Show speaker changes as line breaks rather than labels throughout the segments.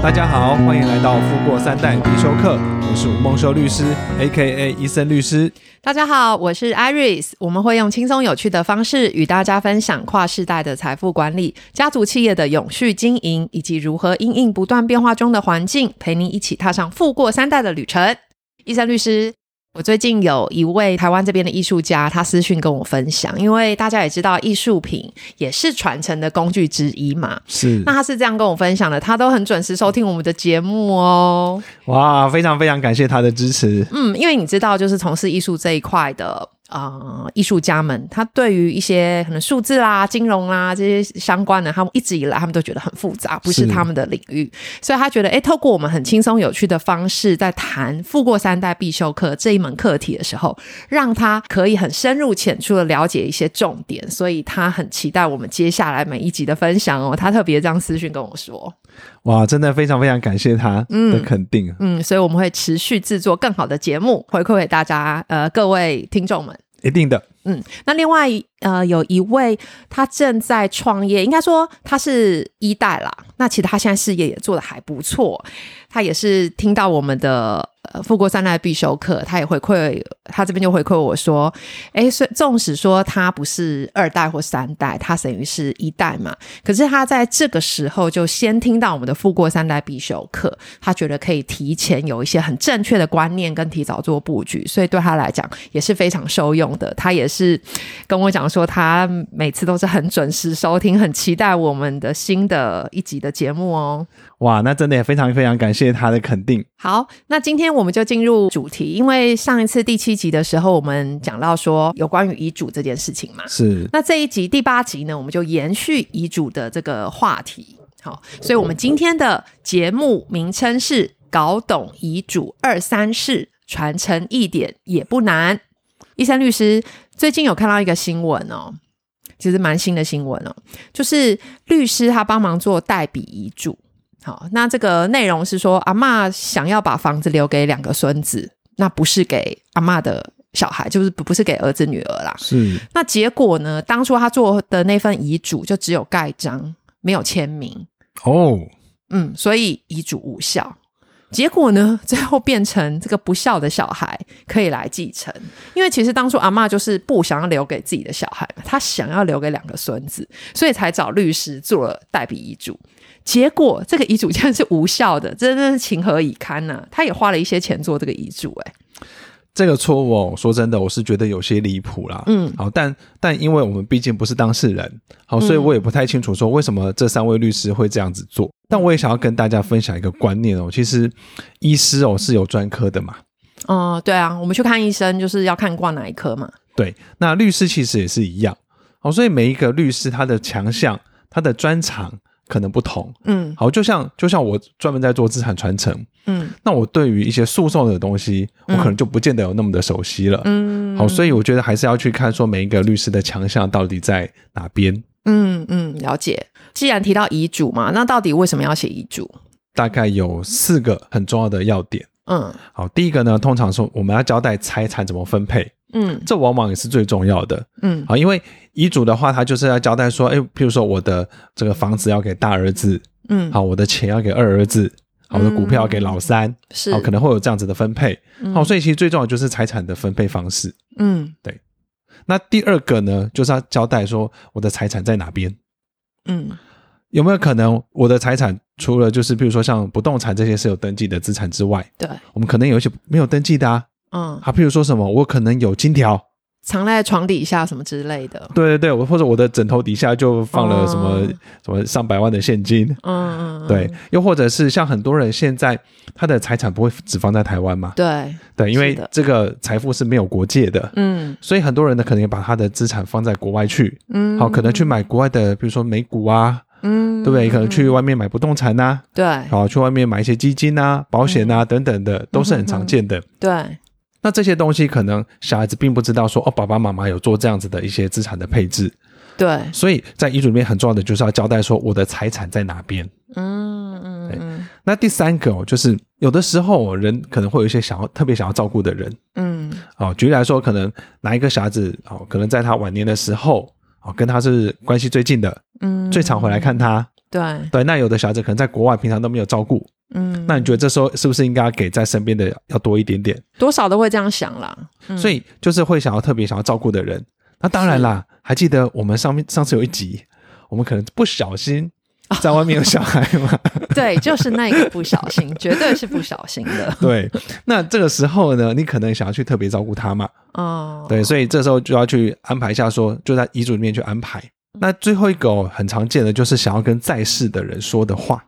大家好，欢迎来到《富过三代必修课》，我是吴梦修律师 （A.K.A. 医生律师
大家好，我是 Iris，我们会用轻松有趣的方式与大家分享跨世代的财富管理、家族企业的永续经营，以及如何因应不断变化中的环境，陪您一起踏上富过三代的旅程。医生律师，我最近有一位台湾这边的艺术家，他私讯跟我分享，因为大家也知道，艺术品也是传承的工具之一嘛。》。
是
那他是这样跟我分享的，他都很准时收听我们的节目哦。
哇，非常非常感谢他的支持。
嗯，因为你知道，就是从事艺术这一块的呃艺术家们，他对于一些可能数字啦、金融啦这些相关的，他们一直以来他们都觉得很复杂，不是
是
他们的领域，所以他觉得，哎诶，透过我们很轻松有趣的方式，在谈“富过三代必修课”这一门课题的时候，让他可以很深入浅出的了解一些重点，所以他很期待我们接下来每一集的分享哦。他特别这样私讯跟我说。
哇，真的非常非常感谢他的肯定。
嗯，所以我们会持续制作更好的节目，回馈给大家，呃，各位听众们。
一定的，
嗯，那另外呃，有一位他正在创业，应该说他是一代啦。那其实他现在事业也做得还不错，他也是听到我们的呃富国三代必修课，他也回馈他这边就回馈我说，哎，虽纵使说他不是二代或三代，他等于是一代嘛，可是他在这个时候就先听到我们的富过三代必修课，他觉得可以提前有一些很正确的观念跟提早做布局，所以对他来讲也是非常受用的。他也是跟我讲说，他每次都是很准时收听，很期待我们的新的一集的节目哦。
哇，那真的也非常非常感谢他的肯定。
好，那今天我们就进入主题，因为上一次第七集的时候，我们讲到说有关于遗嘱这件事情嘛，
是
那这一集第八集呢，我们就延续遗嘱的这个话题。好，所以我们今天的节目名称是《搞懂遗嘱二三事》，传承一点也不难。医生律师最近有看到一个新闻哦，其实蛮新的新闻哦，就是律师他帮忙做代笔遗嘱。好，那这个内容是说，阿嬷想要把房子留给两个孙子，那不是给阿嬷的小孩，就是不不是给儿子女儿啦。
是，
那结果呢？当初他做的那份遗嘱就只有盖章，没有签名，
哦，
嗯，所以遗嘱无效。结果呢，最后变成这个不孝的小孩可以来继承，因为其实当初阿嬷就是不想要留给自己的小孩嘛，她想要留给两个孙子，所以才找律师做了代笔遗嘱。结果这个遗嘱竟然是无效的，这真的是情何以堪呐、他也花了一些钱做这个遗嘱、哎，
这个错误、哦，说真的，我是觉得有些离谱啦。
嗯
好，但但因为我们毕竟不是当事人，好，所以我也不太清楚说为什么这三位律师会这样子做。但我也想要跟大家分享一个观念哦，其实医师哦是有专科的嘛，
哦、对啊，我们去看医生就是要看挂哪一科嘛，
对，那律师其实也是一样。好，所以每一个律师他的强项、他的专长可能不同。
嗯
好，就像就像我专门在做资产传承，
嗯
那我对于一些诉讼的东西，我可能就不见得有那么的熟悉了。
嗯，
好，所以我觉得还是要去看说每一个律师的强项到底在哪边。
嗯嗯，了解。既然提到遗嘱嘛，那到底为什么要写遗嘱？
大概有四个很重要的要点。
嗯
好，第一个呢，通常说我们要交代财产怎么分配，
嗯
这往往也是最重要的。
嗯
好，因为遗嘱的话，他就是要交代说，哎，譬如说我的这个房子要给大儿子，
嗯，
好，我的钱要给二儿子，好，我的股票要给老三，
是
哦好，可能会有这样子的分配。好，所以其实最重要的就是财产的分配方式。
嗯
那第二个呢，就是要交代说我的财产在哪边。
嗯
有没有可能我的财产除了就是譬如说像不动产这些是有登记的资产之外，
对，
我们可能有一些没有登记的啊，
嗯，
啊，譬如说什么我可能有金条，
藏在床底下什么之类的。
对对对，我或者我的枕头底下就放了什么、
哦
什么上百万的现金，
嗯嗯，嗯
对，又或者是像很多人现在他的财产不会只放在台湾嘛，
对，
对，因
是
为
的
这个财富是没有国界的，
嗯
所以很多人呢可能也把他的资产放在国外去，
嗯，
好，可能去买国外的，比如说美股啊，
嗯，哎
对不对？可能去外面买不动产呐、啊
对
好，去外面买一些基金啊、保险
嗯
啊、等等的，都是很常见的。
对，
那这些东西可能小孩子并不知道说哦，爸爸妈妈有做这样子的一些资产的配置，
对，
所以在遗嘱里面很重要的就是要交代说我的财产在哪边。
嗯嗯嗯
那第三个哦，就是有的时候哦人可能会有一些想要特别想要照顾的人
嗯
哦，举例来说，可能哪一个小孩子哦，可能在他晚年的时候哦，跟他是关系最近的，
嗯，
最常回来看他，
对，
对，那有的小孩子可能在国外平常都没有照顾，
嗯，
那你觉得这时候是不是应该要给在身边的要多一点点？
多少都会这样想啦。 嗯
所以就是会想要特别想要照顾的人。那当然啦，还记得我们上面上次有一集，我们可能不小心
哦
在外面有小孩 嘛？
对，就是那一个不小心，绝对是不小心的。
对，那这个时候呢，你可能想要去特别照顾他嘛？
哦，
对，所以这时候就要去安排一下说，就在遗嘱里面去安排。
嗯
那最后一个哦很常见的就是想要跟在世的人说的话，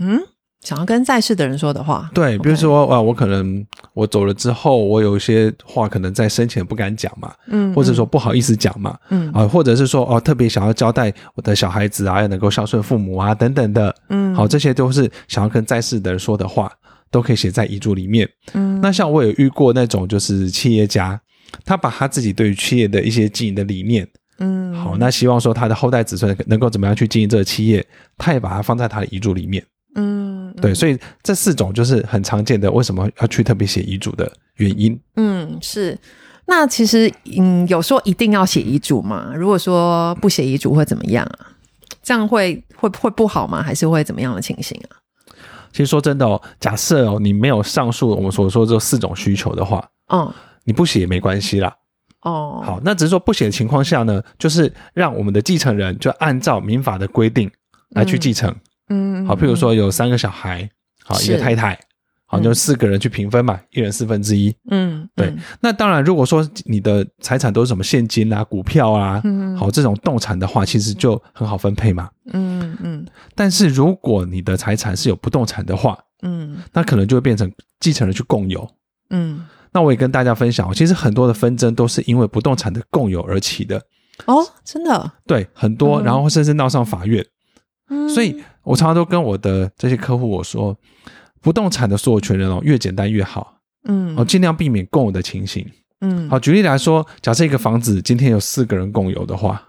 嗯，想要跟在世的人说的话，
对，比如
OK，
说啊，我可能我走了之后，我有一些话可能在生前不敢讲嘛，
嗯，
或者说不好意思讲嘛，
嗯，
啊，或者是说哦，特别想要交代我的小孩子啊，要能够孝顺父母啊，等等的。
嗯，
好，这些都是想要跟在世的人说的话，都可以写在遗嘱里面。
嗯，
那像我有遇过那种就是企业家，他把他自己对于企业的一些经营的理念，
嗯，
好，那希望说他的后代子孙能够怎么样去经营这个企业，他也把它放在他的遗嘱里面。
嗯，
对，所以这四种就是很常见的，为什么要去特别写遗嘱的原因。
嗯，是。那其实，嗯，有说一定要写遗嘱吗？如果说不写遗嘱会怎么样啊？这样会会会不好吗？还是会怎么样的情形啊？
其实说真的哦，假设哦你没有上述我们所说这四种需求的话，
哦
你不写也没关系啦。
哦，
好，那只是说不写的情况下呢，就是让我们的继承人就按照民法的规定来去继承。
嗯，嗯，
好，譬如说有三个小孩，好一
是
个太太，好
嗯
就四个人去平分嘛，一人四分之一。
嗯，嗯，
对，那当然，如果说你的财产都是什么现金啊、股票啊，
嗯
好这种动产的话，其实就很好分配嘛。
嗯嗯
但是如果你的财产是有不动产的话，
嗯
那可能就会变成继承人去共有。
嗯，
那我也跟大家分享哦，其实很多的纷争都是因为不动产的共有而起的。
哦，真的，
对，很多，
嗯
然后甚至闹上法院。
嗯
所以我常常都跟我的这些客户我说，不动产的所有权人哦，越简单越好，
嗯
哦，尽量避免共有的情形。
嗯
好，举例来说，假设一个房子今天有四个人共有的话，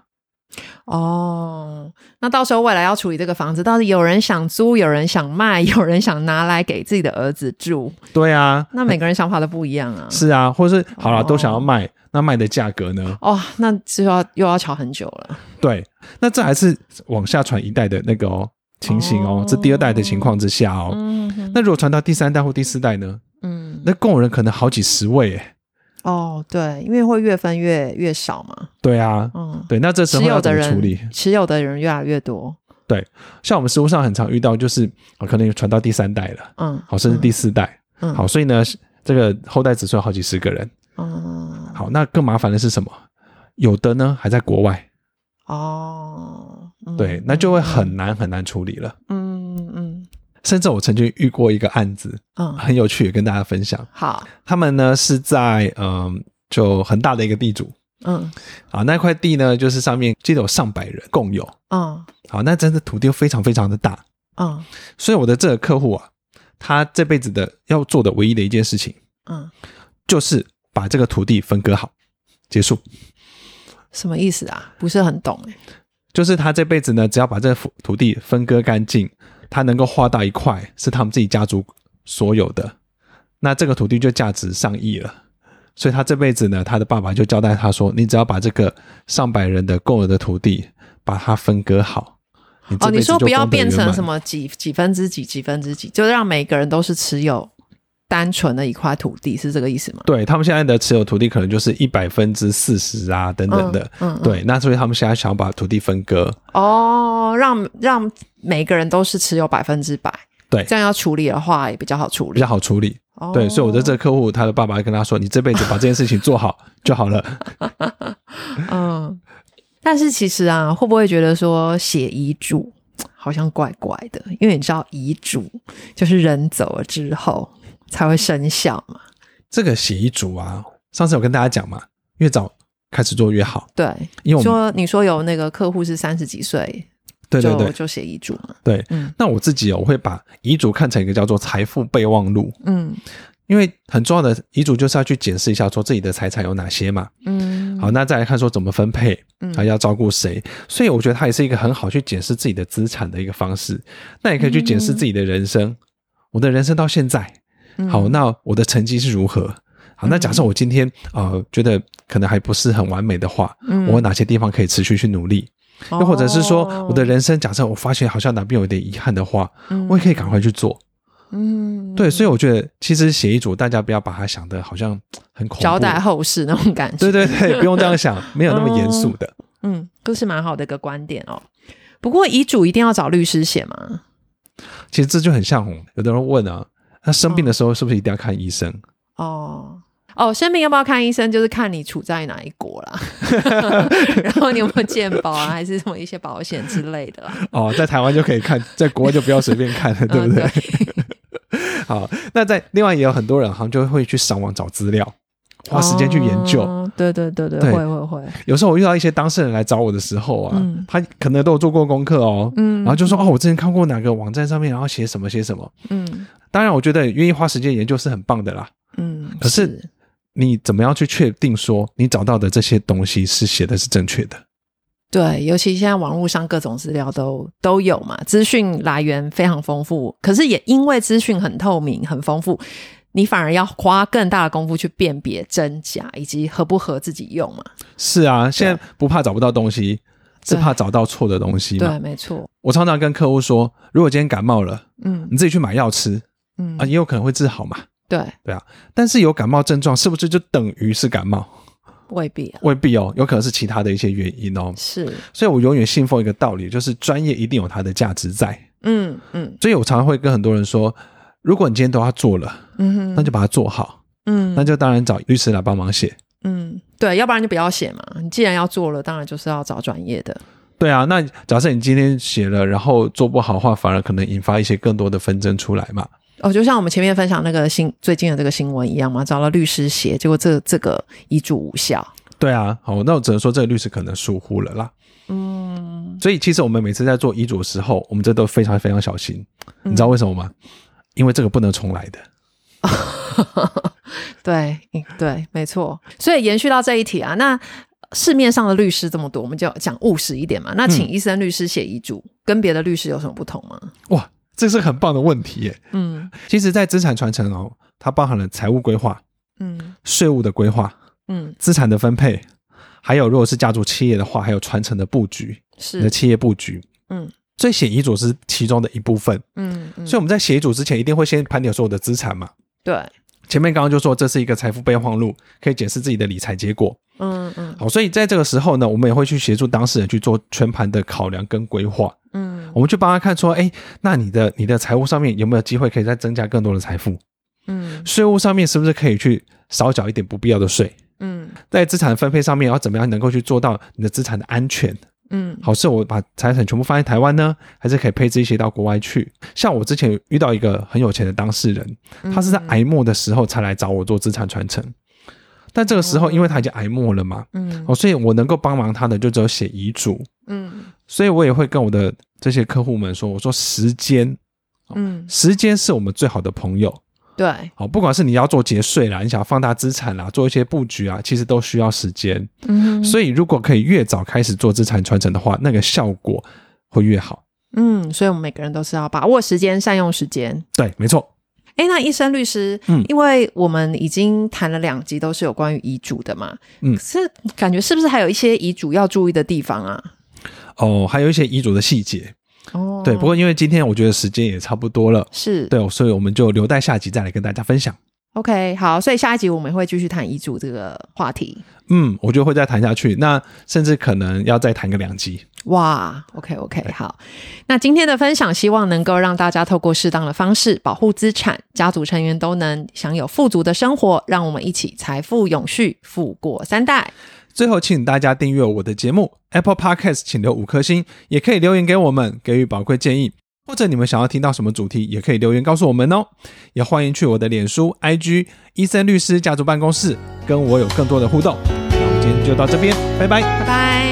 哦，那到时候未来要处理这个房子，到底有人想租，有人想卖，有人想拿来给自己的儿子住，
对啊，
那每个人想法都不一样啊。
是啊，或是好了，
哦
都想要卖，那卖的价格呢？
哦，那就要又要吵很久了。
对，那这还是往下传一代的那个哦情形哦
哦，
这第二代的情况之下哦。
嗯
那如果传到第三代或第四代呢？
嗯，
那共有人可能好几十位诶。
哦，对，因为会越分越越少嘛。
对啊，
嗯，
对，那这时
持
候要
有
怎
的
么处理？
人持有的人越来越多。
像我们实务上很常遇到，就是啊，可能有传到第三代了，
嗯，
好，甚至第四代，
嗯
好，所以呢，这个后代子孙好几十个人，
嗯
好，那更麻烦的是什么？有的呢还在国外，
哦，嗯
对，那就会很难很难处理了。
嗯嗯
甚至我曾经遇过一个案子，
嗯嗯
很有趣，也跟大家分享。
好
他们呢是在嗯、就很大的一个地主
嗯
啊，那块地呢就是上面记得有上百人共有，
嗯
好，那真的土地非常非常的大，
嗯
所以我的这个客户啊，他这辈子的要做的唯一的一件事情。
嗯，
就是把这个土地分割好，结束。
什么意思啊？不是很懂哎。
就是他这辈子呢，只要把这幅土地分割干净，他能够划到一块是他们自己家族所有的，那这个土地就价值上亿了。所以他这辈子呢，他的爸爸就交代他说：“你只要把这个上百人的共有的土地，把它分割好。”这
哦，
辈
你
子就
说不要
功德圆
变
满
成什么几几分之几几分之几，就让每个人都是持有单纯的一块土地，是这个意思吗？
对他们现在的持有土地可能就是一百分之四十啊等等的，
嗯嗯嗯
对，那所以他们现在想要把土地分割，
哦，让让每个人都是持有百分之百，
对
这样要处理的话也比较好处
比
理
较。好处理。
哦
对，所以我的这个客户，他的爸爸跟他说：“你这辈子把这件事情做好就好 了。
嗯，但是其实啊，会不会觉得说写遗嘱好像怪怪的？因为你知道遗嘱就是人走了之后才会生效嘛，”
这个写遗嘱啊，上次有跟大家讲嘛，越早开始做越好，
对。
因为我们
说你说有那个客户是三十几岁
对对
就
对
就写遗嘱嘛，
对。
嗯
那我自己、哦、我会把遗嘱看成一个叫做财富备忘录，
嗯
因为很重要的遗嘱就是要去检视一下说自己的财产有哪些嘛。
嗯，
好，那再来看说怎么分配，啊
嗯
还要照顾谁，所以我觉得它也是一个很好去检视自己的资产的一个方式。那也可以去检视自己的人生，我的人生到现在，
嗯
好，那我的成绩是如何？好，那假设我今啊天呃觉得可能还不是很完美的话，
嗯哦
我有哪些地方可以持续去努力？又或者是说我的人生，假设我发现好像哪边有点遗憾的话，
嗯
我也可以赶快去做。
嗯，
对，所以我觉得其实写遗嘱，大家不要把它想的好像很恐怖，
交代后事那种感觉，
对对对，不用这样想，没有那么严肃的。
嗯，都是蛮好的一个观点哦。不过遗嘱一定要找律师写吗？
其实这就很像有的人问啊，他生病的时候是不是一定要看医生？
哦。哦，生病要不要看医生，就是看你处在哪一国 啦， 然后你有没有健保啊，还是什么一些保险之类的啦，
哦，在台湾就可以 看，在国外就不要随便看了，对不对？
嗯
好，那在另外也有很多人好像就会去上网找资料，花时间去研究。
哦对对对对，
对
会会会，
有时候我遇到一些当事人来找我的时候啊，
嗯
他可能都有做过功课哦，
嗯
然后就说哦，我之前看过哪个网站上面，然后写什么写什么。
嗯
当然，我觉得愿意花时间研究是很棒的啦。
嗯，
可是你怎么样去确定说你找到的这些东西是写的是正确的？
对，尤其现在网络上各种资料都都有嘛，资讯来源非常丰富，可是也因为资讯很透明、很丰富，你反而要花更大的功夫去辨别真假以及合不合自己用嘛。
是啊，现在不怕找不到东西，是
对
怕找到错的东西嘛
对，。没错，
我常常跟客户说，如果今天感冒了，
嗯
你自己去买药吃
嗯
啊，，也有可能会治好嘛。
对，
但是有感冒症状，是不是就等于是感冒？
未必啊，
未必哦，有可能是其他的一些原因哦。
是，
所以我永远信奉一个道理，就是专业一定有它的价值在。
嗯嗯
所以我常常会跟很多人说，如果你今天都要做了，
嗯哼，
那就把它做好，
嗯
那就当然找律师来帮忙写。
嗯，对，要不然就不要写嘛。你既然要做了，当然就是要找专业的。
对啊，那假设你今天写了，然后做不好的话，反而可能引发一些更多的纷争出来嘛。
哦，就像我们前面分享那个新最近的这个新闻一样嘛，找了律师写，结果这这个遗嘱无效。
对啊，好，那我只能说这个律师可能疏忽了啦。
嗯，
所以其实我们每次在做遗嘱的时候，我们这都非常非常小心。你知
嗯
道为什么吗？因为这个不能重来的。
对，嗯对，没错。所以延续到这一题啊，那市面上的律师这么多，我们就要讲务实一点嘛。那请医生律师写遗嘱，跟别的律师有什么不同吗？
哇，这是很棒的问题耶！
嗯
其实，在资产传承哦，它包含了财务规划、
嗯
税务的规划、
嗯，
资产的分配，还有如果是家族企业的话，还有传承的布局，你的
是，
企业布局。
嗯
所以写遗嘱是其中的一部分。
嗯嗯
所以，我们在写遗嘱之前，一定会先盘点所有的资产嘛。
对，
前面刚刚就说这是一个财富备忘录，可以解释自己的理财结果。
嗯嗯
好，所以在这个时候呢，我们也会去协助当事人去做全盘的考量跟规划。
嗯
我们去帮他看说，哎，那你的你的财务上面有没有机会可以再增加更多的财富？
嗯
税务上面是不是可以去少缴一点不必要的税？
嗯
在资产分配上面，要怎么样能够去做到你的资产的安全？
嗯，
好，是我把财产全部放在台湾呢，还是可以配置一些到国外去？像我之前遇到一个很有钱的当事人，他是在癌末的时候才来找我做资产传承，但这个时候因为他已经癌末了嘛，
嗯
哦，所以我能够帮忙他的就只有写遗嘱，
嗯
所以我也会跟我的这些客户们说，我说时间，
嗯，
时间是我们最好的朋友，哦
对，
好，不管是你要做节税啦，你想要放大资产啦，做一些布局啊，其实都需要时间。
嗯
所以如果可以越早开始做资产传承的话，那个效果会越好。
嗯，所以我们每个人都是要把握时间，善用时间。
对，没错。
哎，那医生律师，
嗯
因为我们已经谈了两集都是有关于遗嘱的嘛，
嗯
可是感觉是不是还有一些遗嘱要注意的地方啊？
哦，还有一些遗嘱的细节。
哦，
对，不过因为今天我觉得时间也差不多了，
是
对，所以我们就留待下集再来跟大家分享。
OK，好，所以下一集我们会继续谈遗嘱这个话题。
嗯，我觉得会再谈下去，那甚至可能要再谈个两集。
哇，OK OK，好，那今天的分享希望能够让大家透过适当的方式保护资产，家族成员都能享有富足的生活，让我们一起财富永续，富过三代。
最后，请大家订阅我的节目 Apple Podcast，请留五颗星，也可以留言给我们，给予宝贵建议，或者你们想要听到什么主题，也可以留言告诉我们哦。也欢迎去我的脸书、IG 医生律师家族办公室，跟我有更多的互动。那我们今天就到这边，拜拜。
拜拜。